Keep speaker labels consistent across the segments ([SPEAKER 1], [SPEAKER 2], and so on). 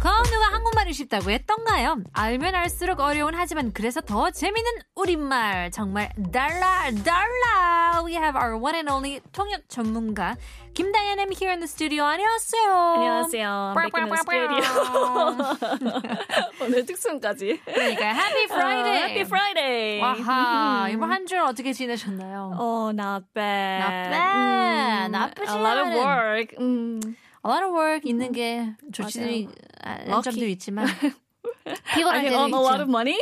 [SPEAKER 1] 건우가 한국말이 쉽다고 했던가요? 알면 알수록 어려운 하지만 그래서 더 재밌는 우리말 정말 달라 달라 We have our one and only 통역 전문가 김다현 M here in the studio 안녕하세요
[SPEAKER 2] 안녕하세요. 백그는 스튜디오. 오늘 특순까지.
[SPEAKER 1] 그러니까 Happy Friday
[SPEAKER 2] 어, Happy Friday.
[SPEAKER 1] 와하 이번 한 주를 어떻게 지내셨나요?
[SPEAKER 2] Oh, not bad.
[SPEAKER 1] Not bad. 나쁘지
[SPEAKER 2] A lot of
[SPEAKER 1] 않은.
[SPEAKER 2] work. 음.
[SPEAKER 1] A lot of work 있는 게 좋지 않은 점도
[SPEAKER 2] Lucky.
[SPEAKER 1] 있지만 피곤한
[SPEAKER 2] I can
[SPEAKER 1] 점도
[SPEAKER 2] earn a lot
[SPEAKER 1] 있죠.
[SPEAKER 2] of money.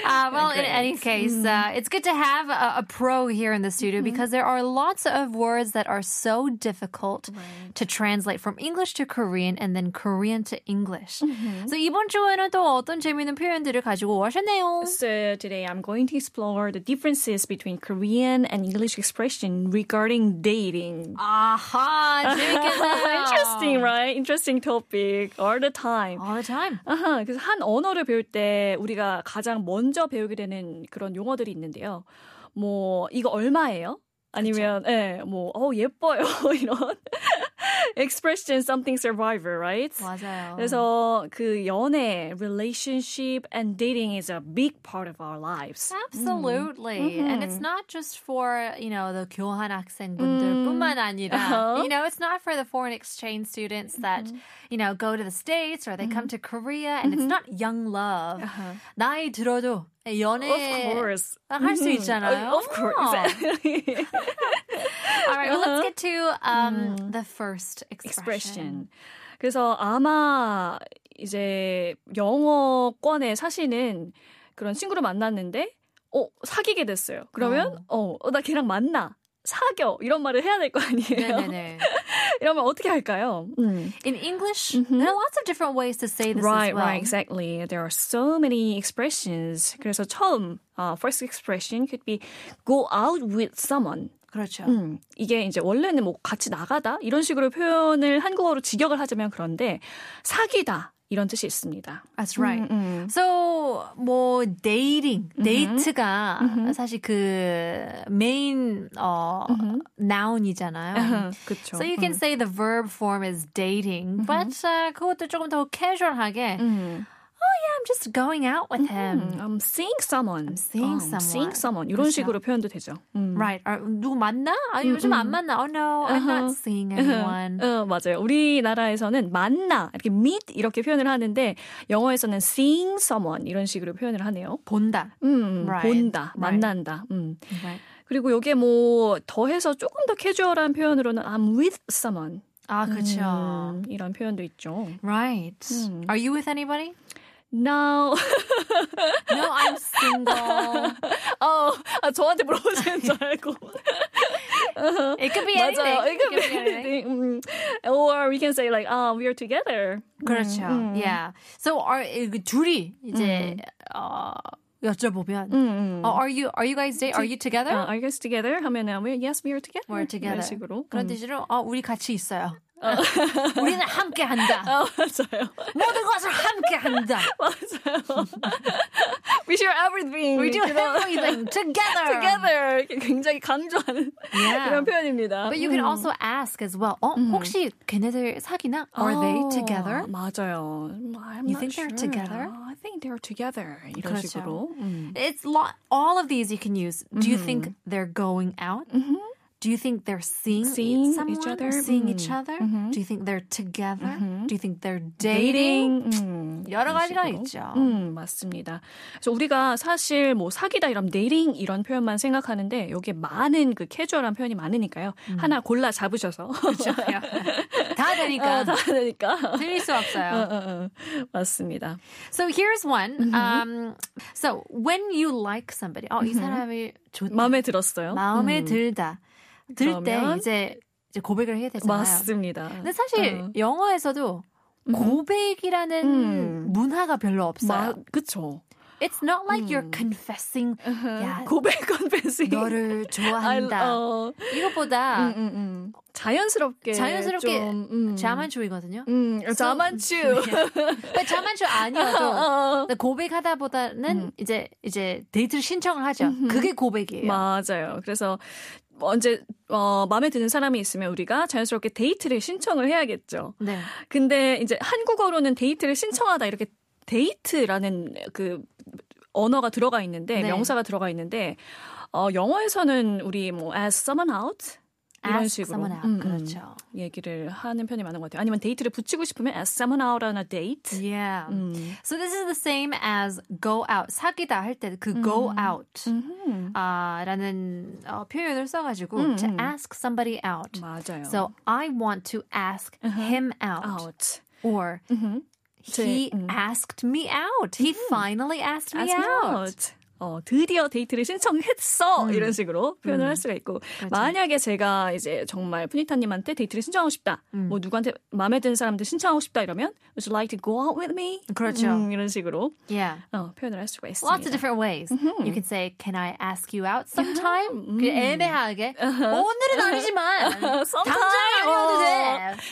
[SPEAKER 1] Uh, well, in
[SPEAKER 2] Great.
[SPEAKER 1] any case, uh, it's good to have a, a pro here in the studio because there are lots of words that are so difficult to translate from English to Korean and then Korean to English. So 이번 주에는 또 어떤 재미있는 표현들을 가지고 오셨네요.
[SPEAKER 2] so today I'm going to explore the differences between Korean and English expression regarding dating.
[SPEAKER 1] 아하, 재밌겠네요.
[SPEAKER 2] Interesting, right? Interesting topic all the time.
[SPEAKER 1] All the time.
[SPEAKER 2] 아하, 그래서 한 언어를 배울 때 우리가 가장 먼저 배우게 되는 그런 용어들이 있는데요. 뭐 이거 얼마예요? 아니면 예, 뭐 어, 예뻐요 이런 expression something survivor, right?
[SPEAKER 1] 맞아요.
[SPEAKER 2] 그래서 그 연애, relationship and dating is a big part of our lives.
[SPEAKER 1] Absolutely. And
[SPEAKER 2] Mm-hmm.
[SPEAKER 1] it's not just for, you know, the 교환 학생분들뿐만 아니라,
[SPEAKER 2] Mm. Uh-huh. Mm-hmm.
[SPEAKER 1] you know, it's not for the foreign exchange students that, you know, go to the States or they come to Korea and it's not young love. 나이 들어도 연애
[SPEAKER 2] Uh-huh. Of course.
[SPEAKER 1] 네. 할수
[SPEAKER 2] 음,
[SPEAKER 1] 있잖아요. 어.
[SPEAKER 2] Of course. Uh-huh. Exactly.
[SPEAKER 1] Oh. All right, well, let's get to um, the first expression.
[SPEAKER 2] Mm. expression. 그래서 아마 이제 영어권에 사시는 그런 친구를 만났는데 어 사귀게 됐어요. 그러면 어 나 걔랑 만나 사겨 이런 말을 해야 될 거 아니에요.
[SPEAKER 1] 네네네.
[SPEAKER 2] 이러면 어떻게 할까요? 음.
[SPEAKER 1] In English, there are lots of different ways to say this
[SPEAKER 2] Mm-hmm. Right,
[SPEAKER 1] as well.
[SPEAKER 2] right, exactly. There are so many expressions. 그래서 처음 어, first expression could be go out with someone.
[SPEAKER 1] 그렇죠.
[SPEAKER 2] 음, 이게 이제 원래는 뭐 같이 나가다 이런 식으로 표현을 한국어로 직역을 하자면 그런데 사귀다 이런 뜻이 있습니다.
[SPEAKER 1] That's right. So 뭐 dating, 데이트가 사실 그 메인 어 noun이잖아요.
[SPEAKER 2] 그렇죠.
[SPEAKER 1] So you can say the verb form is dating, but uh, 그것도 조금 더 casual하게 "Oh, I'm just going out with him.
[SPEAKER 2] 음, I'm seeing someone. 어, I'm
[SPEAKER 1] 음. seeing someone.
[SPEAKER 2] seeing someone. 이런 식으로 표현도 되죠. 음.
[SPEAKER 1] Right. 아, 누구 만나? 아, 요즘 안 만나. Oh no, I'm not seeing anyone.
[SPEAKER 2] 어, 맞아요. 우리나라에서는 만나 이렇게 meet 이렇게 표현을 하는데 영어에서는 seeing someone 이런 식으로 표현을 하네요.
[SPEAKER 1] 본다.
[SPEAKER 2] 음,
[SPEAKER 1] Right.
[SPEAKER 2] 본다,
[SPEAKER 1] Right.
[SPEAKER 2] 만난다. 음.
[SPEAKER 1] Right.
[SPEAKER 2] 그리고 요게 뭐 더해서 조금 더 캐주얼한 표현으로는 I'm with someone
[SPEAKER 1] 아, 그렇죠.
[SPEAKER 2] 음, 이런 표현도 있죠.
[SPEAKER 1] Right. Are you with anybody?
[SPEAKER 2] No.
[SPEAKER 1] No, I'm single.
[SPEAKER 2] 어, 아, 저한테 물어보시는 줄 알고.
[SPEAKER 1] It could be anything.
[SPEAKER 2] 맞아요.
[SPEAKER 1] It could be anything.
[SPEAKER 2] 음, or we can say like, ah, we are together.
[SPEAKER 1] 그렇죠. Yeah. So are 이 둘이 이제 어, 여쭤보면
[SPEAKER 2] 음, 음.
[SPEAKER 1] 어, are you are you guys date? Are you together?
[SPEAKER 2] 아, are you guys Uh, together? 하면 은 we yes, we are together.
[SPEAKER 1] We're together.
[SPEAKER 2] 이런 식으로.
[SPEAKER 1] 그런
[SPEAKER 2] 음.
[SPEAKER 1] 뜻으로 어, 우리 같이 있어요. 우리는 함께 한다.
[SPEAKER 2] 아, 맞아요.
[SPEAKER 1] 모든 것을 함께 한다.
[SPEAKER 2] 맞아요. we share everything.
[SPEAKER 1] We do
[SPEAKER 2] you know.
[SPEAKER 1] everything together.
[SPEAKER 2] together. 이렇게 굉장히 강조하는
[SPEAKER 1] Yeah.
[SPEAKER 2] 그런 표현입니다.
[SPEAKER 1] But you can also ask as well. 어, 혹시 걔네들 사귀나? Are they together?
[SPEAKER 2] 맞아요. I'm
[SPEAKER 1] You
[SPEAKER 2] not
[SPEAKER 1] think they're
[SPEAKER 2] sure.
[SPEAKER 1] together?
[SPEAKER 2] I think they're together. 이런
[SPEAKER 1] 그렇죠.
[SPEAKER 2] 식으로. 음.
[SPEAKER 1] It's lot. All of these you can use. Do you think
[SPEAKER 2] Mm-hmm.
[SPEAKER 1] they're going out? Do you think they're seeing,
[SPEAKER 2] Seeing each
[SPEAKER 1] someone?
[SPEAKER 2] other? Mm-hmm.
[SPEAKER 1] Seeing each other? Do you think they're together? Do you think they're dating?
[SPEAKER 2] 데이팅. 음.
[SPEAKER 1] 여러 가지가 있죠.
[SPEAKER 2] 음, 맞습니다. 그래서 우리가 사실 뭐 사귀다 이러면 데이팅 이런 표현만 생각하는데 여기에 많은 그 캐주얼한 표현이 많으니까요.
[SPEAKER 1] 음.
[SPEAKER 2] 하나 골라 잡으셔서
[SPEAKER 1] 다 되니까
[SPEAKER 2] 다 되니까.
[SPEAKER 1] 들릴 수 없어요.
[SPEAKER 2] 어, Mm-hmm. 어. 맞습니다.
[SPEAKER 1] So here's one. Um, so when you like somebody, 어, 이 사람이 좋다.
[SPEAKER 2] Mm-hmm. 마음에 들었어요.
[SPEAKER 1] 마음에 들다. 들 때
[SPEAKER 2] 그러면?
[SPEAKER 1] 이제 이제 고백을 해야 되잖아요.
[SPEAKER 2] 맞습니다.
[SPEAKER 1] 근데 사실
[SPEAKER 2] 어.
[SPEAKER 1] 영어에서도 고백이라는
[SPEAKER 2] 음.
[SPEAKER 1] 문화가 별로 없어요.
[SPEAKER 2] 마, 그쵸.
[SPEAKER 1] It's not like you're confessing 야,
[SPEAKER 2] 고백 컨페싱.
[SPEAKER 1] 아, 너를
[SPEAKER 2] I-
[SPEAKER 1] 좋아한다.
[SPEAKER 2] 어,
[SPEAKER 1] 이것보다
[SPEAKER 2] 음, 음, 음. 자연스럽게
[SPEAKER 1] 자연스럽게
[SPEAKER 2] 좀, 음.
[SPEAKER 1] 자만추이거든요.
[SPEAKER 2] 음,
[SPEAKER 1] So-
[SPEAKER 2] 자만추.
[SPEAKER 1] 근데 자만추 아니어도
[SPEAKER 2] 어, 어.
[SPEAKER 1] 근데 고백하다 보다는
[SPEAKER 2] 음.
[SPEAKER 1] 이제 이제 데이트를 신청을 하죠. 그게 고백이에요.
[SPEAKER 2] 맞아요. 그래서 언제 어, 마음에 드는 사람이 있으면 우리가 자연스럽게 데이트를 신청을 해야겠죠.
[SPEAKER 1] 네.
[SPEAKER 2] 근데 이제 한국어로는 데이트를 신청하다 이렇게 데이트라는 그 언어가 들어가 있는데
[SPEAKER 1] 네.
[SPEAKER 2] 명사가 들어가 있는데 어, 영어에서는 우리 뭐 ask someone out 이런
[SPEAKER 1] Ask
[SPEAKER 2] 식으로
[SPEAKER 1] someone out.
[SPEAKER 2] 음, 음.
[SPEAKER 1] 그렇죠.
[SPEAKER 2] 얘기를 하는 편이 많은 것 같아요. 아니면 데이트를 붙이고 싶으면 ask someone out on a date.
[SPEAKER 1] Yeah.
[SPEAKER 2] 음.
[SPEAKER 1] So this is the same as go out. 사귀다 할 때 그 go
[SPEAKER 2] Mm-hmm.
[SPEAKER 1] out.
[SPEAKER 2] 음.
[SPEAKER 1] 아, 라는 어, 표현을 써가지고
[SPEAKER 2] 음,
[SPEAKER 1] to
[SPEAKER 2] 음.
[SPEAKER 1] ask somebody out.
[SPEAKER 2] Mm. 맞아요. Uh-huh.
[SPEAKER 1] So I want to ask him out,
[SPEAKER 2] out. Mm-hmm.
[SPEAKER 1] or
[SPEAKER 2] 음흠.
[SPEAKER 1] he
[SPEAKER 2] 제- 음.
[SPEAKER 1] asked me out. He finally asked me
[SPEAKER 2] ask Mm-hmm. me
[SPEAKER 1] out.
[SPEAKER 2] out. 어, 드디어 데이트를 신청했어!
[SPEAKER 1] 음.
[SPEAKER 2] 이런 식으로 표현을 할 수가 있고. 만약에 제가 이제 정말 푸니타님한테 데이트를 신청하고 싶다. 뭐 누구한테 마음에 드는 사람한테 신청하고 싶다 이러면 Would you like to go out with me?
[SPEAKER 1] 그렇죠.
[SPEAKER 2] 음, 이런 식으로
[SPEAKER 1] Yeah.
[SPEAKER 2] 어, 표현을 할 수가 있습니다.
[SPEAKER 1] Lots of different ways.
[SPEAKER 2] Mm-hmm.
[SPEAKER 1] You can say, "Can I ask you out
[SPEAKER 2] Mm.
[SPEAKER 1] sometime?" 그 애매하게 오늘은 아니지만
[SPEAKER 2] Uh-huh. sometime.
[SPEAKER 1] 당장 아니어도 돼.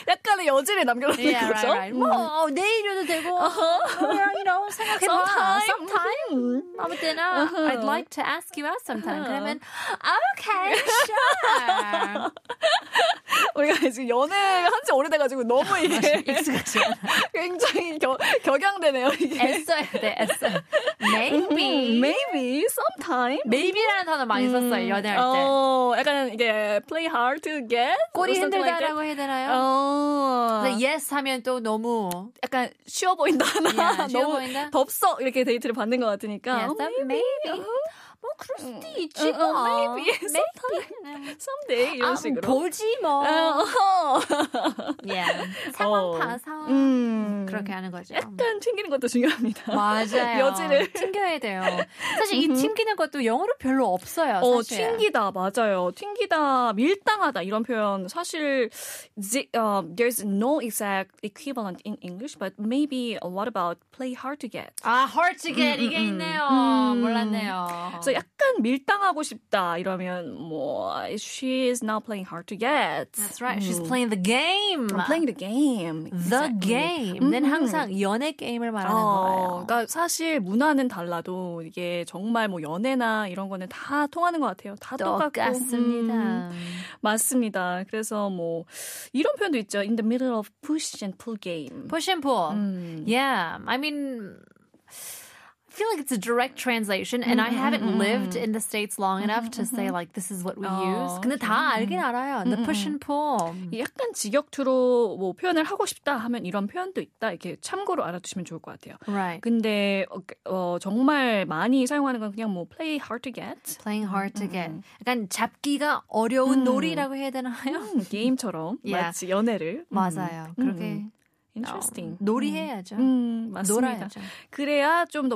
[SPEAKER 2] 약간의 여지를 남겨놓는
[SPEAKER 1] Yeah,
[SPEAKER 2] 거죠.
[SPEAKER 1] right, right. 뭐 어, 내일이어도 되고, 그냥 you know 생각해봐.
[SPEAKER 2] Sometime.
[SPEAKER 1] sometime. 아무 때나. I'd like to ask you out sometime. 그러면 okay, sure.
[SPEAKER 2] 우리가 지금 연애를 한지 오래돼가지고 너무 이게
[SPEAKER 1] 아, 익숙하지 않아.
[SPEAKER 2] 굉장히 겨, 격양되네요, 이게.
[SPEAKER 1] 애써야 돼, 애써. Maybe.
[SPEAKER 2] 음, Maybe, sometime.
[SPEAKER 1] Maybe라는 단어 많이 썼어요 연애할 때.
[SPEAKER 2] 어, 약간 이게 play hard to get.
[SPEAKER 1] 꼬리
[SPEAKER 2] or something like that.
[SPEAKER 1] 흔들다라고 해야 되나요?
[SPEAKER 2] 어.
[SPEAKER 1] 근데 yes 하면 또 너무
[SPEAKER 2] 약간 쉬워 보인다.
[SPEAKER 1] 야,
[SPEAKER 2] 나
[SPEAKER 1] 쉬워
[SPEAKER 2] 너무
[SPEAKER 1] 보인다?
[SPEAKER 2] 덥석 이렇게 데이트를 받는 것 같으니까.
[SPEAKER 1] yes,
[SPEAKER 2] 어,
[SPEAKER 1] maybe. maybe. 뭐 그럴 수도 있지
[SPEAKER 2] 어, 어,
[SPEAKER 1] 뭐.
[SPEAKER 2] maybe.
[SPEAKER 1] maybe.
[SPEAKER 2] someday 이런
[SPEAKER 1] 아,
[SPEAKER 2] 식으로.
[SPEAKER 1] 보지 뭐.
[SPEAKER 2] 어,
[SPEAKER 1] yeah. 상황
[SPEAKER 2] 어.
[SPEAKER 1] 봐서
[SPEAKER 2] 음.
[SPEAKER 1] 그렇게 하는 거죠.
[SPEAKER 2] 약간 튕기는 것도 중요합니다.
[SPEAKER 1] 맞아요.
[SPEAKER 2] 여지를.
[SPEAKER 1] 튕겨야 돼요. 사실 이 튕기는 것도 영어로 별로 없어요.
[SPEAKER 2] 어,
[SPEAKER 1] 사실.
[SPEAKER 2] 튕기다 맞아요. 튕기다, 밀당하다 이런 표현 사실 the, uh, there's no exact equivalent in English, but maybe uh, what about play hard to get?
[SPEAKER 1] 아, hard to get 이게 있네요.
[SPEAKER 2] 음.
[SPEAKER 1] 몰랐네요.
[SPEAKER 2] 그래서 약간 밀당하고 싶다 이러면 뭐 she is now playing hard to get.
[SPEAKER 1] That's right. She's playing the game.
[SPEAKER 2] 음. I'm playing the game.
[SPEAKER 1] the game. 는 항상 연애 게임을 말하는
[SPEAKER 2] 어,
[SPEAKER 1] 거예요.
[SPEAKER 2] 그러니까 사실 문화는 달라도 이게 정말 뭐 연애나 이런 거는 다 통하는 것 같아요. 다 똑같고. 음,
[SPEAKER 1] 똑같습니다.
[SPEAKER 2] 맞습니다. 그래서 뭐 이런 표현도 있죠. In the middle of push and pull game.
[SPEAKER 1] Push and pull.
[SPEAKER 2] 음.
[SPEAKER 1] Yeah, I mean, I feel like it's a direct translation, and I haven't
[SPEAKER 2] Mm-hmm,
[SPEAKER 1] lived in the states long enough to say like this is what we
[SPEAKER 2] 어,
[SPEAKER 1] use. 근데 다
[SPEAKER 2] mm-hmm.
[SPEAKER 1] 알긴 알아요. The push and pull.
[SPEAKER 2] 약간 직역투로 뭐 표현을 하고 싶다 하면 이런 표현도 있다. 이렇게 참고로 알아두시면 좋을 것 같아요.
[SPEAKER 1] Right.
[SPEAKER 2] 근데 어, 어, 정말 많이 사용하는 건 그냥 뭐 play hard to get
[SPEAKER 1] Playing hard to get. 약간 잡기가 어려운 놀이라고 해야 되나요?
[SPEAKER 2] 음, 게임처럼
[SPEAKER 1] Yeah.
[SPEAKER 2] 마치 연애를 음,
[SPEAKER 1] 예. 맞아요. 그렇게
[SPEAKER 2] interesting
[SPEAKER 1] 놀이해야죠.
[SPEAKER 2] 음, 맞습니다.
[SPEAKER 1] 놀아야죠.
[SPEAKER 2] 그래야 좀 더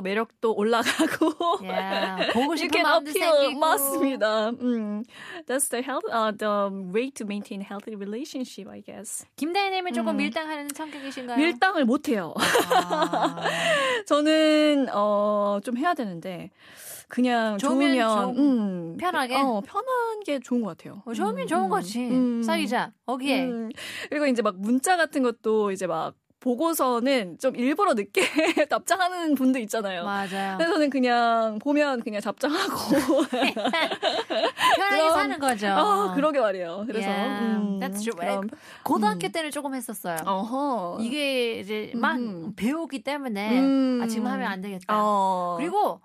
[SPEAKER 2] 매력도 올라가고
[SPEAKER 1] Yeah. 보고
[SPEAKER 2] You
[SPEAKER 1] 싶은
[SPEAKER 2] can
[SPEAKER 1] 마음도
[SPEAKER 2] appeal
[SPEAKER 1] 생기고.
[SPEAKER 2] 맞습니다. 음, that's the health, uh, the way to maintain healthy relationship, I guess.
[SPEAKER 1] 김다혜님은 조금 밀당하는 성격이신가요?
[SPEAKER 2] 밀당을 못 해요.
[SPEAKER 1] 아.
[SPEAKER 2] 저는 어, 좀 해야 되는데 그냥
[SPEAKER 1] 좋으면
[SPEAKER 2] 좋으면
[SPEAKER 1] 좋은-
[SPEAKER 2] 음,
[SPEAKER 1] 편하게?
[SPEAKER 2] 어, 편한 게 좋은 것 같아요.
[SPEAKER 1] 어, 좋으면 좋은 거지.
[SPEAKER 2] 음.
[SPEAKER 1] 사귀자. 오케이.
[SPEAKER 2] 음, 그리고 이제 막 문자 같은 것도 이제 막 보고서는 좀 일부러 늦게 답장하는 분도 있잖아요.
[SPEAKER 1] 맞아요.
[SPEAKER 2] 그래서 저는 그냥 보면 그냥 답장하고
[SPEAKER 1] 편하게
[SPEAKER 2] 그럼-
[SPEAKER 1] 사는 거죠.
[SPEAKER 2] 아 그러게 말이에요. 그래서
[SPEAKER 1] 어.
[SPEAKER 2] 음,
[SPEAKER 1] Yeah, that's true.
[SPEAKER 2] 그럼,
[SPEAKER 1] 고등학교 때는 조금 했었어요.
[SPEAKER 2] 음. 어허
[SPEAKER 1] 이게 이제 막
[SPEAKER 2] 음.
[SPEAKER 1] 배우기 때문에
[SPEAKER 2] 음.
[SPEAKER 1] 아, 지금 하면 안 되겠다.
[SPEAKER 2] 어.
[SPEAKER 1] 그리고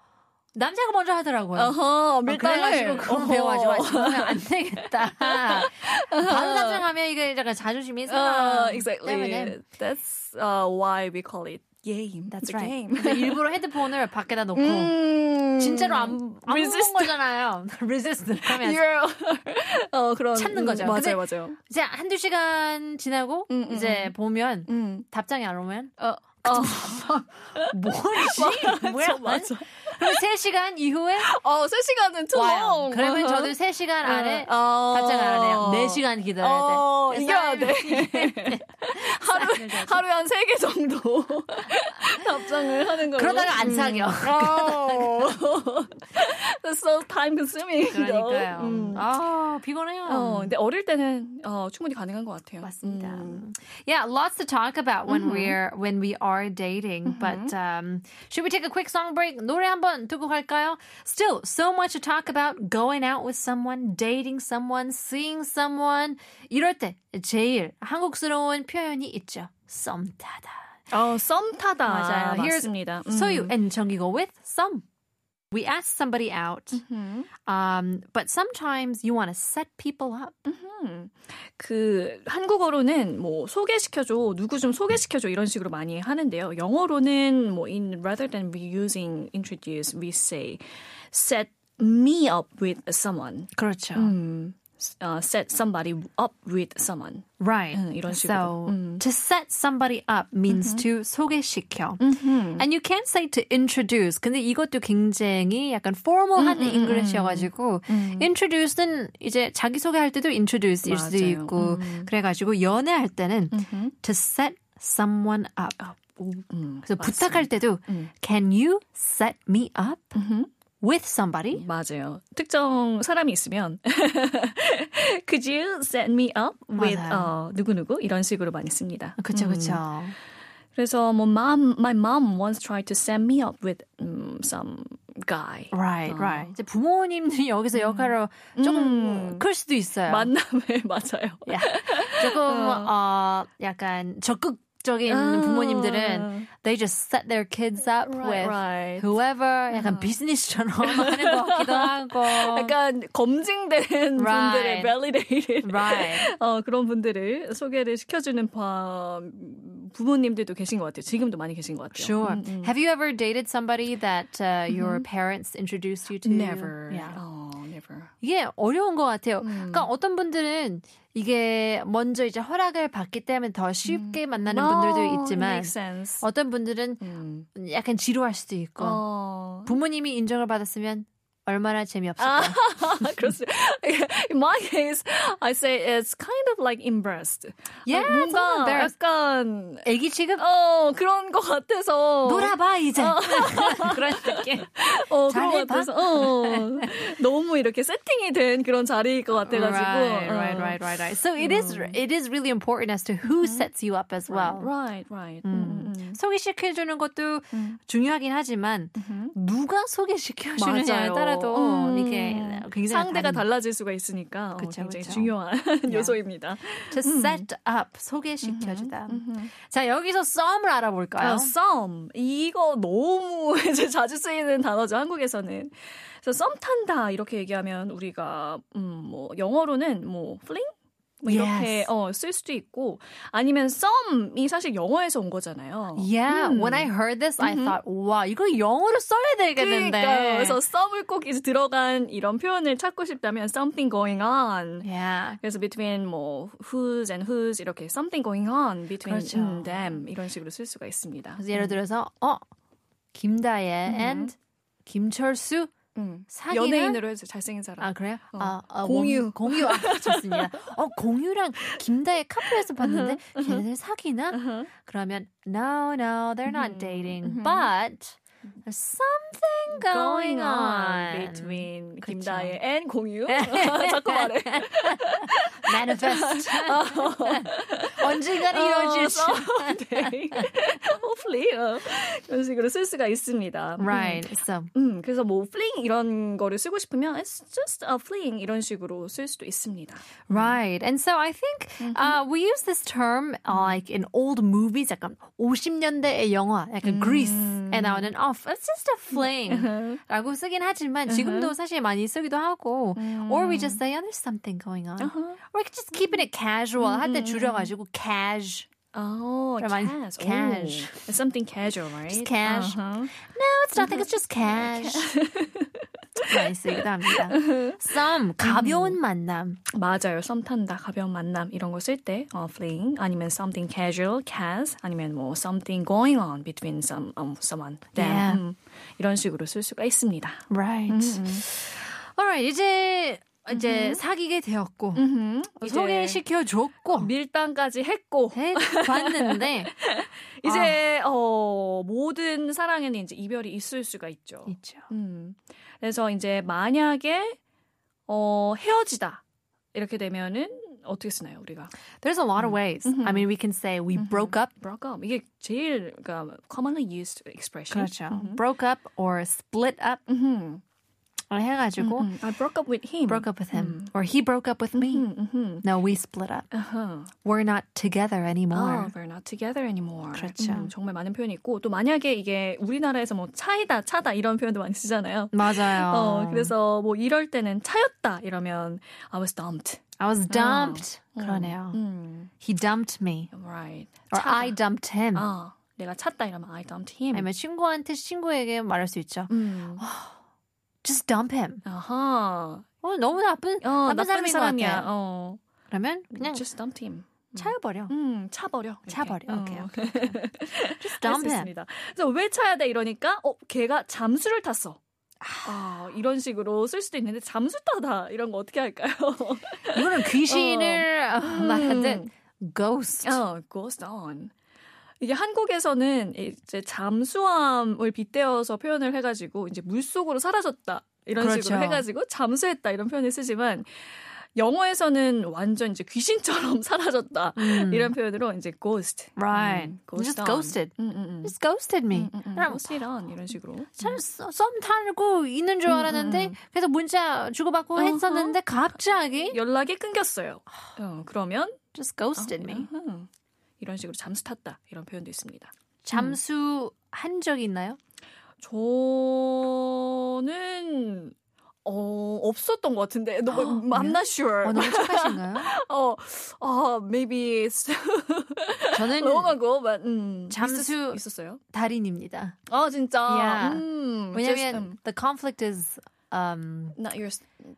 [SPEAKER 1] 남자가 먼저 하더라고요.
[SPEAKER 2] 어허
[SPEAKER 1] 아,
[SPEAKER 2] 밀당을
[SPEAKER 1] 그래가지고 그건 배워가지고 아, 지금 하면 안 되겠다. 바로 답장하면 이게 약간 자존심이 상하
[SPEAKER 2] 어, exactly.
[SPEAKER 1] 때문에
[SPEAKER 2] That's uh, why we call it game.
[SPEAKER 1] That's
[SPEAKER 2] the
[SPEAKER 1] right.
[SPEAKER 2] game.
[SPEAKER 1] 그래서 일부러 헤드폰을 밖에다 놓고
[SPEAKER 2] 음.
[SPEAKER 1] 진짜로 안안 보는
[SPEAKER 2] Resist.
[SPEAKER 1] 거잖아요. resist 하면서
[SPEAKER 2] You're, 어, 그런
[SPEAKER 1] 찾는 거죠. 근데-
[SPEAKER 2] 맞아요, 맞아요.
[SPEAKER 1] 이제 한두 시간 지나고
[SPEAKER 2] 음, 음,
[SPEAKER 1] 이제 보면
[SPEAKER 2] 음.
[SPEAKER 1] 답장이 안 오면
[SPEAKER 2] 어, 어,
[SPEAKER 1] 뭐지? 뭐야?
[SPEAKER 2] 맞아.
[SPEAKER 1] 그리고 3시간 이후에
[SPEAKER 2] 어, 세 시간은 too
[SPEAKER 1] 와요.
[SPEAKER 2] long.
[SPEAKER 1] 그러면
[SPEAKER 2] 뭐. 어허.
[SPEAKER 1] 저도 3시간 안에
[SPEAKER 2] 어.
[SPEAKER 1] 답장 안 해요. 4시간 기다려야 돼.
[SPEAKER 2] 어,
[SPEAKER 1] 그래서
[SPEAKER 2] 이겨야 돼.
[SPEAKER 1] 쌓이는 거죠.
[SPEAKER 2] 하루에 한 세 개 정도 답장을 하는 거예요.
[SPEAKER 1] 그러다가 안 사겨.
[SPEAKER 2] 아, That's so time consuming. though.
[SPEAKER 1] 그러니까요.
[SPEAKER 2] 음.
[SPEAKER 1] 아 피곤해요.
[SPEAKER 2] 어, 근데 어릴 때는 어, 충분히 가능한 것 같아요.
[SPEAKER 1] 맞습니다.
[SPEAKER 2] 음.
[SPEAKER 1] Yeah, lots to talk about when we're when we are dating. But um, should we take a quick song break? 노래 한번 듣고 갈까요? Still, so much to talk about. Going out with someone, dating someone, seeing someone. 이럴 때 제일 한국스러운 표현이 있죠. 썸 타다.
[SPEAKER 2] 어, 썸 타다.
[SPEAKER 1] 맞아요. Here's-
[SPEAKER 2] 맞습니다. 음.
[SPEAKER 1] So you and 정기고 with some. We ask somebody out,
[SPEAKER 2] 음.
[SPEAKER 1] um, but sometimes you want to set people up.
[SPEAKER 2] 음. 그 한국어로는 뭐 소개시켜줘 누구 좀 소개시켜줘 이런 식으로 많이 하는데요. 영어로는 뭐 in rather than we using introduce we say set me up with someone.
[SPEAKER 1] 그렇죠.
[SPEAKER 2] 음. 어, set somebody up with someone.
[SPEAKER 1] Right.
[SPEAKER 2] 응, 이런
[SPEAKER 1] So
[SPEAKER 2] 식으로. 음.
[SPEAKER 1] to set somebody up means to 소개시켜. And you can't say to introduce. 근데 이것도 굉장히 약간 formal한
[SPEAKER 2] 음,
[SPEAKER 1] English여가지고 introduce는 이제 자기 소개할 때도 introduce일 수도
[SPEAKER 2] 맞아요. 음.
[SPEAKER 1] 있고 그래가지고 연애할 때는 to set someone up.
[SPEAKER 2] 음.
[SPEAKER 1] 그래서 부탁할 때도 can you set me up with
[SPEAKER 2] 음.
[SPEAKER 1] somebody?
[SPEAKER 2] 맞아요. 특정 사람이 있으면 could you set me up with
[SPEAKER 1] 맞아요.
[SPEAKER 2] 어, 누구누구 이런 식으로 많이 씁니다.
[SPEAKER 1] 그렇죠,
[SPEAKER 2] 음.
[SPEAKER 1] 그렇죠.
[SPEAKER 2] 그래서 뭐 mom, my mom once tried to set me up with um, some guy.
[SPEAKER 1] Right,
[SPEAKER 2] 어.
[SPEAKER 1] right. 이제 부모님들이 여기서 역할을 조금
[SPEAKER 2] 음.
[SPEAKER 1] 클 수도 있어요.
[SPEAKER 2] 만남에 맞아요.
[SPEAKER 1] 야, 조금 어. 약간 적극적인 부모님들은 they just set their kids up
[SPEAKER 2] Right,
[SPEAKER 1] with
[SPEAKER 2] right.
[SPEAKER 1] whoever 약간 비즈니스처럼 하는 것 같기도 하고
[SPEAKER 2] 약간 검증된
[SPEAKER 1] 어. Right.
[SPEAKER 2] 분들의 validated
[SPEAKER 1] right
[SPEAKER 2] 어, 그런 분들을 소개를 시켜주는 바, 부모님들도 계신 것 같아요. 지금도 많이 계신 것 같아요.
[SPEAKER 1] sure
[SPEAKER 2] 음, 음.
[SPEAKER 1] have you ever dated somebody that uh, your parents introduced you to
[SPEAKER 2] 네. Never.
[SPEAKER 1] yeah.
[SPEAKER 2] 어, never.
[SPEAKER 1] 이게 어려운 것 같아요
[SPEAKER 2] 음.
[SPEAKER 1] 그러니까 어떤 분들은 이게 먼저 이제 허락을 받기 때문에 더 쉽게 만나는 분들도
[SPEAKER 2] Oh,
[SPEAKER 1] 있지만
[SPEAKER 2] makes sense.
[SPEAKER 1] 어떤 분들은
[SPEAKER 2] 음.
[SPEAKER 1] 약간 지루할 수도 있고
[SPEAKER 2] 어.
[SPEAKER 1] 부모님이 인정을 받았으면 얼마나 재미없을까.
[SPEAKER 2] 아, 그렇습니다. In my case, I say it's kind of like embarrassed.
[SPEAKER 1] Yeah,
[SPEAKER 2] 아니,
[SPEAKER 1] it's a little
[SPEAKER 2] 어, 뭔가
[SPEAKER 1] 예, embarrassed.
[SPEAKER 2] 약간
[SPEAKER 1] 애기 취급
[SPEAKER 2] 어 그런 것 같아서
[SPEAKER 1] 놀아봐 이제 네, 그런 느낌.
[SPEAKER 2] 어,
[SPEAKER 1] 잘해봐.
[SPEAKER 2] 그런 것 같아서 어, 어. 너무 이렇게 세팅이 된 그런 자리일 것 같아가지고
[SPEAKER 1] Right, right,
[SPEAKER 2] 어.
[SPEAKER 1] right, right, right. So it is it is really important as to who sets you up as well.
[SPEAKER 2] 음. right, right.
[SPEAKER 1] 음.
[SPEAKER 2] 음, 음,
[SPEAKER 1] 소개시켜 주는 것도
[SPEAKER 2] 음.
[SPEAKER 1] 중요하긴 하지만
[SPEAKER 2] 음.
[SPEAKER 1] 누가 소개시켜 주느냐에
[SPEAKER 2] 맞아요.
[SPEAKER 1] 따라도 이게
[SPEAKER 2] 음.
[SPEAKER 1] 굉장히
[SPEAKER 2] 상대가
[SPEAKER 1] 다른-
[SPEAKER 2] 달라질 수가 있으니까 어,
[SPEAKER 1] 그쵸,
[SPEAKER 2] 굉장히
[SPEAKER 1] 그쵸.
[SPEAKER 2] 중요한 요소입니다.
[SPEAKER 1] to set up 소개시켜 주다. 음. 자 여기서 썸을 알아볼까요?
[SPEAKER 2] 아, 썸 이거 너무 이제 자주 쓰이는 단어죠 한국에서는. 그래서 썸 탄다 이렇게 얘기하면 우리가 음 뭐 영어로는 뭐 fling 뭐 이렇게
[SPEAKER 1] Yes.
[SPEAKER 2] 어 쓸 수도 있고 아니면 썸이 사실 영어에서 온 거잖아요.
[SPEAKER 1] 예. Yeah,
[SPEAKER 2] 음.
[SPEAKER 1] when I heard this, I thought, 와 이거 영어로 써야 되겠는데.
[SPEAKER 2] 그러니까요. 그래서 썸을 꼭 이제 들어간 이런 표현을 찾고 싶다면 something going on.
[SPEAKER 1] yeah.
[SPEAKER 2] 그래서 between 뭐 who's and who's 이렇게 something going on between
[SPEAKER 1] 그렇죠.
[SPEAKER 2] 음, them 이런 식으로 쓸 수가 있습니다.
[SPEAKER 1] 그래서 예를 들어서 어 김다혜 and 김철수
[SPEAKER 2] 음.
[SPEAKER 1] 사귀는
[SPEAKER 2] 연예인으로 해서 잘생긴 사람.
[SPEAKER 1] 아 그래요?
[SPEAKER 2] 어.
[SPEAKER 1] 아, 아,
[SPEAKER 2] 공유.
[SPEAKER 1] 원- 공유 아 좋습니다. 어 공유랑 김다혜 카페에서 봤는데 걔네들 사귀나? 그러면 no no they're not dating but there's something going on
[SPEAKER 2] between
[SPEAKER 1] 그쵸.
[SPEAKER 2] 김다혜 and 공유. 자꾸 말해.
[SPEAKER 1] manifest 언젠간 이루어질 수
[SPEAKER 2] 네. Hopefully. 어. 이런 식으로 쓸 수가 있습니다. 음.
[SPEAKER 1] right so
[SPEAKER 2] 음, 그래서 뭐 fling 이런 거를 쓰고 싶으면 it's just a fling 이런 식으로 쓸 수도 있습니다.
[SPEAKER 1] Right. And so I think uh, we use this term uh, like in old movies, 약간 50년대의 영화, 약간 Grease에 나오는 oh, it's just a fling 라고 쓰긴 하지만 지금도 사실 많이 쓰기도 하고 or we just say, oh, there's something going on. Or just keeping it casual 할 때 줄여가지고 cash.
[SPEAKER 2] Uh-huh. 어,
[SPEAKER 1] 그럼 아니,
[SPEAKER 2] cash.
[SPEAKER 1] cash.
[SPEAKER 2] 오, something casual, right? Uh-huh.
[SPEAKER 1] Just cash. No, it's nothing. It's just cash. 많이 쓰기도 합니다. Some 가벼운 만남.
[SPEAKER 2] 맞아요. 썸 탄다, 가벼운 만남 이런 거 쓸 때 어, fling 아니면 something casual, cas 아니면 뭐 something going on between some um, someone, them
[SPEAKER 1] Yeah.
[SPEAKER 2] 음, 이런 식으로 쓸 수가 있습니다.
[SPEAKER 1] Right. All right. 이제 이제 사귀게 되었고
[SPEAKER 2] 음흠. 이제
[SPEAKER 1] 소개시켜 줬고
[SPEAKER 2] 밀당까지 했고
[SPEAKER 1] 봤는데 아.
[SPEAKER 2] 이제 어, 모든 사랑에는 이제 이별이 있을 수가 있죠.
[SPEAKER 1] 있죠.
[SPEAKER 2] 음. 그래서 이제 만약에 어, 헤어지다 이렇게 되면은 어떻게 쓰나요 우리가?
[SPEAKER 1] There's a lot of ways.
[SPEAKER 2] Mhm.
[SPEAKER 1] I mean, we can say we
[SPEAKER 2] Mhm.
[SPEAKER 1] broke up.
[SPEAKER 2] broke up 이게 제일 그러니까 commonly used expression.
[SPEAKER 1] 그렇죠.
[SPEAKER 2] 음.
[SPEAKER 1] broke up or split up
[SPEAKER 2] 음흠.
[SPEAKER 1] 해가지고
[SPEAKER 2] 음, 음. I broke up with him.
[SPEAKER 1] broke up with him
[SPEAKER 2] 음.
[SPEAKER 1] or he broke up with me.
[SPEAKER 2] 음, 음흠.
[SPEAKER 1] No, we split up.
[SPEAKER 2] 아하.
[SPEAKER 1] We're not together anymore.
[SPEAKER 2] Oh, we're not together anymore.
[SPEAKER 1] 아. 그렇죠.
[SPEAKER 2] 음, 정말 많은 표현이 있고 또 만약에 이게 우리나라에서 뭐 차이다 차다 이런 표현도 많이 쓰잖아요.
[SPEAKER 1] 맞아요.
[SPEAKER 2] 어, 그래서 뭐 이럴 때는 차였다 이러면 I was dumped.
[SPEAKER 1] I was dumped. 그러네요.
[SPEAKER 2] 아. 어. 음,
[SPEAKER 1] He dumped me
[SPEAKER 2] right.
[SPEAKER 1] or
[SPEAKER 2] 차다.
[SPEAKER 1] I dumped him.
[SPEAKER 2] 아, 내가 찼다 이러면 I dumped him.
[SPEAKER 1] 아니면 친구한테 친구에게 말할 수 있죠.
[SPEAKER 2] 음.
[SPEAKER 1] Just dump him.
[SPEAKER 2] 아하.
[SPEAKER 1] 어, 너무 나쁜
[SPEAKER 2] 어,
[SPEAKER 1] 나쁜,
[SPEAKER 2] 나쁜
[SPEAKER 1] 사람인 것
[SPEAKER 2] 사람이야.
[SPEAKER 1] 같아.
[SPEAKER 2] 어.
[SPEAKER 1] 그러면 그냥
[SPEAKER 2] just dumped him.
[SPEAKER 1] 차여버려.
[SPEAKER 2] 음, 차버려. 이렇게.
[SPEAKER 1] 차버려.
[SPEAKER 2] 어.
[SPEAKER 1] 오케이, Just
[SPEAKER 2] 할수
[SPEAKER 1] dump him.
[SPEAKER 2] 있습니다. 그래서 왜 차야 돼 이러니까 어 걔가 잠수를 탔어. 아, 이런 식으로 쓸 수도 있는데 잠수 타다 이런 거 어떻게 할까요?
[SPEAKER 1] 이거는 귀신을 어, 말하듯 ghost.
[SPEAKER 2] 어, ghost on. 음. 이게 한국에서는 이제 잠수함을 빗대어서 표현을 해가지고 이제 물 속으로 사라졌다 이런 식으로
[SPEAKER 1] 그렇죠.
[SPEAKER 2] 해가지고 잠수했다 이런 표현을 쓰지만 영어에서는 완전 이제 귀신처럼 사라졌다
[SPEAKER 1] 음.
[SPEAKER 2] 이런 표현으로 이제 ghost.
[SPEAKER 1] Right.
[SPEAKER 2] 음, ghost
[SPEAKER 1] Just
[SPEAKER 2] on.
[SPEAKER 1] ghosted.
[SPEAKER 2] 음, 음, 음.
[SPEAKER 1] Just ghosted me.
[SPEAKER 2] 음, 음, 음.
[SPEAKER 1] 그럼
[SPEAKER 2] ghost it on 이런 식으로.
[SPEAKER 1] 잘썸 타고 있는 줄
[SPEAKER 2] 음,
[SPEAKER 1] 알았는데
[SPEAKER 2] 음.
[SPEAKER 1] 그래서 문자 주고받고
[SPEAKER 2] 어허.
[SPEAKER 1] 했었는데 갑자기
[SPEAKER 2] 연락이 끊겼어요.
[SPEAKER 1] 아,
[SPEAKER 2] 어, 그러면
[SPEAKER 1] just ghosted me.
[SPEAKER 2] 아하. 이런 식으로 잠수 탔다 이런 표현도 있습니다.
[SPEAKER 1] 잠수 한 적 있나요?
[SPEAKER 2] 저는 어, 없었던 것 같은데 너무 뭐, I'm not sure.
[SPEAKER 1] 어, 너무 착하신가요?
[SPEAKER 2] 어, 어, maybe it's
[SPEAKER 1] 저는
[SPEAKER 2] long ago, but 음,
[SPEAKER 1] 잠수-
[SPEAKER 2] 있었, 있었어요.
[SPEAKER 1] 달인입니다.
[SPEAKER 2] 아 진짜.
[SPEAKER 1] Yeah.
[SPEAKER 2] 음, just,
[SPEAKER 1] 왜냐면
[SPEAKER 2] um,
[SPEAKER 1] the conflict is um
[SPEAKER 2] not your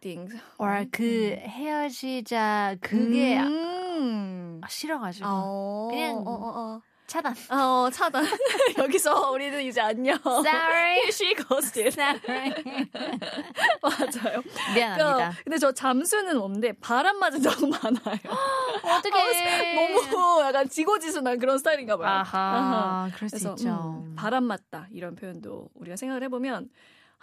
[SPEAKER 2] thing.
[SPEAKER 1] or 그 헤어지자 그게
[SPEAKER 2] 음.
[SPEAKER 1] 아, 싫어가지고
[SPEAKER 2] 어,
[SPEAKER 1] 그냥
[SPEAKER 2] 어, 어, 어.
[SPEAKER 1] 차단.
[SPEAKER 2] 어, 차단. 여기서 우리는 이제 안녕.
[SPEAKER 1] Sorry.
[SPEAKER 2] She ghosted.
[SPEAKER 1] Sorry.
[SPEAKER 2] 맞아요. 그러니까
[SPEAKER 1] 미안합니다.
[SPEAKER 2] 근데 저 잠수는 없는데 바람 맞은 적은 많아요.
[SPEAKER 1] 어떻게
[SPEAKER 2] 너무 약간 지고지순한 그런 스타일인가 봐요. 아하.
[SPEAKER 1] 네. 아하, 그럴 수
[SPEAKER 2] 그래서
[SPEAKER 1] 있죠.
[SPEAKER 2] 음, 바람 맞다 이런 표현도 우리가 생각을 해보면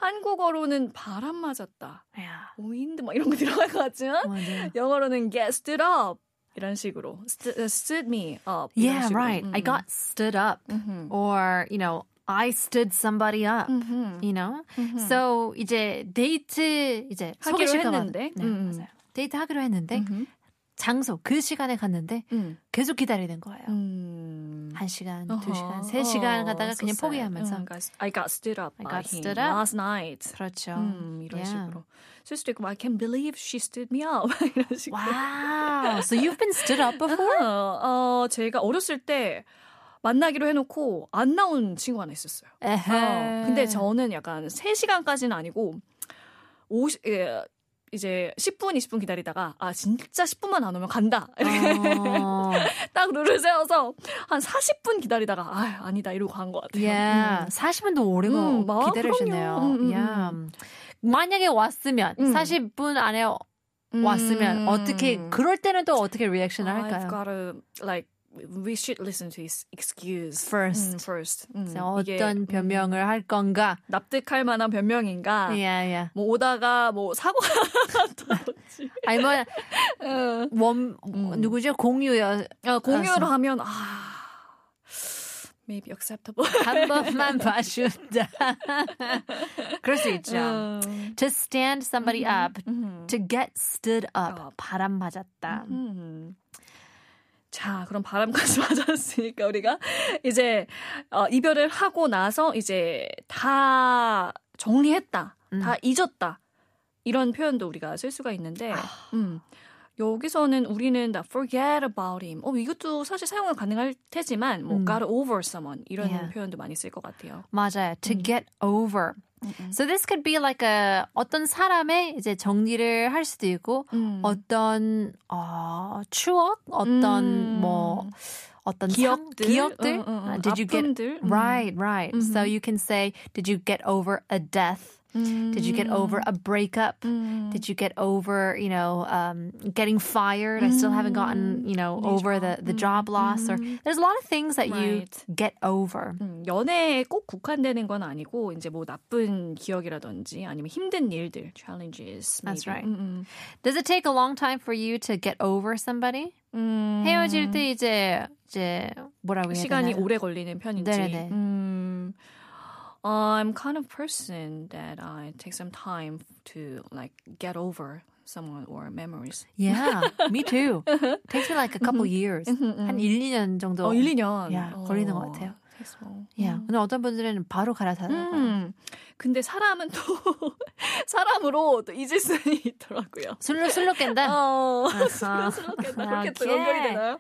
[SPEAKER 2] 한국어로는 바람 맞았다,
[SPEAKER 1] 야,
[SPEAKER 2] 오인드 막 이런 거 들어갈 것 같지만
[SPEAKER 1] 맞아요.
[SPEAKER 2] 영어로는 get stood up 이런 식으로 stood, stood me up. 이런
[SPEAKER 1] Yeah,
[SPEAKER 2] 식으로.
[SPEAKER 1] right. I
[SPEAKER 2] 음.
[SPEAKER 1] got stood up,
[SPEAKER 2] 음흠.
[SPEAKER 1] or you know, I stood somebody up.
[SPEAKER 2] 음흠.
[SPEAKER 1] You know,
[SPEAKER 2] 음흠.
[SPEAKER 1] so 이제 데이트 이제
[SPEAKER 2] 하기로
[SPEAKER 1] 소개시켜 받-
[SPEAKER 2] 했는데.
[SPEAKER 1] 네,
[SPEAKER 2] 음.
[SPEAKER 1] 맞아요. 네. 데이트 하기로 했는데
[SPEAKER 2] 음흠.
[SPEAKER 1] 장소 그 시간에 갔는데
[SPEAKER 2] 음.
[SPEAKER 1] 계속 기다리는 거예요.
[SPEAKER 2] 음.
[SPEAKER 1] 한 시간, 두
[SPEAKER 2] 어허.
[SPEAKER 1] 시간, 세 시간
[SPEAKER 2] 어,
[SPEAKER 1] 가다가 그냥
[SPEAKER 2] so sad.
[SPEAKER 1] 포기하면서
[SPEAKER 2] 음, I got- I got stood up.
[SPEAKER 1] I
[SPEAKER 2] by
[SPEAKER 1] got
[SPEAKER 2] him
[SPEAKER 1] stood up.
[SPEAKER 2] last night.
[SPEAKER 1] 그렇죠.
[SPEAKER 2] 음, 이런
[SPEAKER 1] Yeah.
[SPEAKER 2] 식으로 쓸 수도 있고 I can't believe she stood me up 이런 식으로.
[SPEAKER 1] Wow. So you've been stood up before?
[SPEAKER 2] 어, 어, 제가 어렸을 때 만나기로 해놓고 안 나온 친구 하나 있었어요. 어,
[SPEAKER 1] 에헤. 아,
[SPEAKER 2] 근데 저는 약간 3 시간까지는 아니고 50 예, 이제 10분 20분 기다리다가 아 진짜 10분만 안 오면 간다
[SPEAKER 1] 어.
[SPEAKER 2] 딱 룰을 세워서 한 40분 기다리다가 아 아니다 이러고 간 것 같아요.
[SPEAKER 1] 야, 예. 40분도 오래
[SPEAKER 2] 음, 뭐,
[SPEAKER 1] 기다리셨네요.
[SPEAKER 2] 그럼요. 음, 음,
[SPEAKER 1] 야. 만약에 왔으면
[SPEAKER 2] 음.
[SPEAKER 1] 40분 안에
[SPEAKER 2] 음.
[SPEAKER 1] 왔으면
[SPEAKER 2] 음. 아,
[SPEAKER 1] 어떻게 그럴 때는 또 어떻게 리액션을
[SPEAKER 2] I've
[SPEAKER 1] 할까요?
[SPEAKER 2] got to like we should listen to his excuse
[SPEAKER 1] First.
[SPEAKER 2] 음, first. 음,
[SPEAKER 1] 그래서
[SPEAKER 2] 이게,
[SPEAKER 1] 어떤
[SPEAKER 2] 음,
[SPEAKER 1] 변명을 할 건가? 예,
[SPEAKER 2] 납득할 만한 변명인가?
[SPEAKER 1] 야, 야.
[SPEAKER 2] 뭐 오다가 뭐 사고가 났던지
[SPEAKER 1] 아니 뭐 원,
[SPEAKER 2] 음.
[SPEAKER 1] 누구죠? 공유여
[SPEAKER 2] 어, 공유로
[SPEAKER 1] 어. 알았어.
[SPEAKER 2] 하면 아 maybe acceptable.
[SPEAKER 1] 한 번만 봐준다. 그럴 수 있죠.
[SPEAKER 2] 음.
[SPEAKER 1] To stand somebody up,
[SPEAKER 2] 음. 어.
[SPEAKER 1] to get stood up.
[SPEAKER 2] Up.
[SPEAKER 1] 바람 맞았다.
[SPEAKER 2] 음. 자, 그럼 바람까지 맞았으니까 우리가 이제 어, 이별을 하고 나서 이제 다 정리했다,
[SPEAKER 1] 음.
[SPEAKER 2] 다 잊었다 이런 표현도 우리가 쓸 수가 있는데,
[SPEAKER 1] 아.
[SPEAKER 2] 음. 여기서는 우리는 다 forget about him. 어, 이것도 사실 사용은 가능할 테지만 뭐
[SPEAKER 1] 음.
[SPEAKER 2] got over someone 이런
[SPEAKER 1] Yeah.
[SPEAKER 2] 표현도 많이 쓸 것 같아요.
[SPEAKER 1] 맞아요. To
[SPEAKER 2] 음.
[SPEAKER 1] get over. So this could be like a 어떤 사람의 이제 정리를 할 수도 있고
[SPEAKER 2] 음.
[SPEAKER 1] 어. 어떤 어, 추억, 어떤
[SPEAKER 2] 음.
[SPEAKER 1] 뭐 어떤 상,
[SPEAKER 2] 기억들,
[SPEAKER 1] 기억들.
[SPEAKER 2] 응, 응, 응.
[SPEAKER 1] Did you get
[SPEAKER 2] 아픔들, 음.
[SPEAKER 1] right, right. So
[SPEAKER 2] Mhm.
[SPEAKER 1] you can say, did you get over a death? Did you get over a breakup? Did you get over, you know, um, getting fired? I still haven't gotten, you know,
[SPEAKER 2] 네,
[SPEAKER 1] over
[SPEAKER 2] job.
[SPEAKER 1] the, the
[SPEAKER 2] 음,
[SPEAKER 1] job loss. Or
[SPEAKER 2] 음.
[SPEAKER 1] there's a lot of things that
[SPEAKER 2] Right.
[SPEAKER 1] you get over.
[SPEAKER 2] 음, 연애에 꼭 국한되는 건 아니고 이제 뭐 나쁜 기억이라든지 아니면 힘든 일들 challenges. maybe.
[SPEAKER 1] That's right.
[SPEAKER 2] 음,
[SPEAKER 1] Does it take a long time for you to get over somebody?
[SPEAKER 2] 음. 음,
[SPEAKER 1] 헤어질 때 이제 이제 뭐라고 해야
[SPEAKER 2] 시간이
[SPEAKER 1] 되나?
[SPEAKER 2] 오래 걸리는 편인지.
[SPEAKER 1] 네네네.
[SPEAKER 2] 음, I'm kind of person that I take some time to like get over someone or memories.
[SPEAKER 1] Yeah, me too. Takes me like a couple years. 한 1, 2년 정도.
[SPEAKER 2] 어, 1, 2년 어.
[SPEAKER 1] 야, 걸리는 것 같아요.
[SPEAKER 2] 그래서.
[SPEAKER 1] Yeah. 근데 어떤 분들은 바로 갈아타더라고요.
[SPEAKER 2] 음. 근데 사람은 또 사람으로 또 잊을 수 있더라고요.
[SPEAKER 1] 술로 술로 깬다.
[SPEAKER 2] 어.
[SPEAKER 1] 아하.
[SPEAKER 2] 그렇겠다. 그렇게 또
[SPEAKER 1] 오케이.
[SPEAKER 2] 연결이 되나요?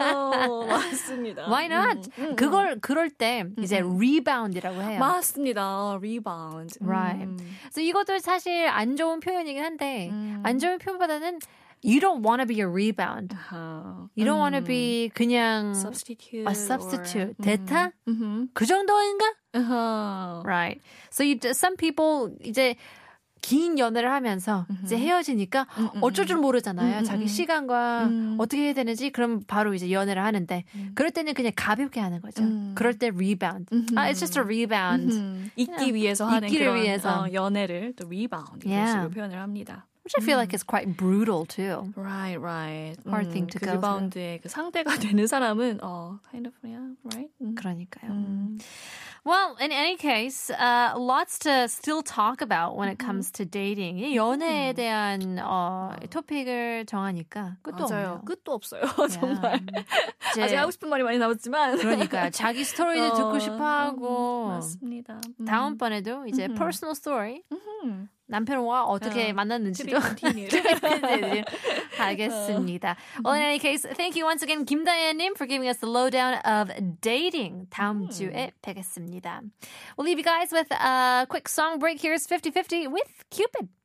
[SPEAKER 2] 어, 맞습니다.
[SPEAKER 1] Why not?
[SPEAKER 2] 음, 음, 음.
[SPEAKER 1] 그걸 그럴 때 이제 rebound이라고 해요.
[SPEAKER 2] 맞습니다. 리바운드. 음.
[SPEAKER 1] Right. 그래서 이것도 사실 안 좋은 표현이긴 한데
[SPEAKER 2] 음.
[SPEAKER 1] 안 좋은 표현보다는 you don't want to be a rebound.
[SPEAKER 2] 아하.
[SPEAKER 1] You don't want to
[SPEAKER 2] 음.
[SPEAKER 1] be 그냥
[SPEAKER 2] substitute.
[SPEAKER 1] a substitute.
[SPEAKER 2] or-
[SPEAKER 1] 대타?
[SPEAKER 2] 음.
[SPEAKER 1] 그 정도인가?
[SPEAKER 2] 음. 아하.
[SPEAKER 1] Right. So you, some people 이제 긴 연애를 하면서 이제 헤어지니까
[SPEAKER 2] 음, 음,
[SPEAKER 1] 어쩔 줄 모르잖아요.
[SPEAKER 2] 음,
[SPEAKER 1] 자기
[SPEAKER 2] 음.
[SPEAKER 1] 시간과
[SPEAKER 2] 음.
[SPEAKER 1] 어떻게 해야 되는지 그럼 바로 이제 연애를 하는데 그럴 때는 그냥 가볍게 하는 거죠.
[SPEAKER 2] 음.
[SPEAKER 1] 그럴 때 rebound. 아, it's just a rebound.
[SPEAKER 2] 음. 잊기 위해서 하는
[SPEAKER 1] 잊기를
[SPEAKER 2] 그런
[SPEAKER 1] 위해서.
[SPEAKER 2] 어, 연애를 또 리바운드 이런
[SPEAKER 1] Yeah.
[SPEAKER 2] 식으로 표현을 합니다.
[SPEAKER 1] Which I feel
[SPEAKER 2] 음.
[SPEAKER 1] like is quite brutal too.
[SPEAKER 2] Right, right.
[SPEAKER 1] Hard thing to
[SPEAKER 2] 그
[SPEAKER 1] go through.
[SPEAKER 2] 리바운드의 그 상대가 되는 사람은 어, kind of yeah, right. 음.
[SPEAKER 1] 그러니까요.
[SPEAKER 2] 음.
[SPEAKER 1] Well, in any case, uh, lots to still talk about when it
[SPEAKER 2] Mm-hmm.
[SPEAKER 1] comes to dating. 이 연애에
[SPEAKER 2] 음.
[SPEAKER 1] 대한 어, 토픽을 정하니까 끝도
[SPEAKER 2] 맞아요.
[SPEAKER 1] 없네요.
[SPEAKER 2] 끝도 없어요.
[SPEAKER 1] 야, 음.
[SPEAKER 2] 정말.
[SPEAKER 1] 이제
[SPEAKER 2] 아직 하고 싶은 말이 많이 남았지만.
[SPEAKER 1] 그러니까 자기 스토리도
[SPEAKER 2] 어,
[SPEAKER 1] 듣고 싶어
[SPEAKER 2] 음,
[SPEAKER 1] 하고
[SPEAKER 2] 맞습니다. 음.
[SPEAKER 1] 다음번에도 이제
[SPEAKER 2] 음.
[SPEAKER 1] personal story
[SPEAKER 2] 음.
[SPEAKER 1] 남편과 어떻게
[SPEAKER 2] 어, To be
[SPEAKER 1] 만났는지도
[SPEAKER 2] continued.
[SPEAKER 1] 알겠습니다. Well, in any case, thank you once again, 김다연님, for giving us the lowdown of dating. 다음 주에 뵙겠습니다. We'll leave you guys with a quick song break. Here's 50-50 with Cupid.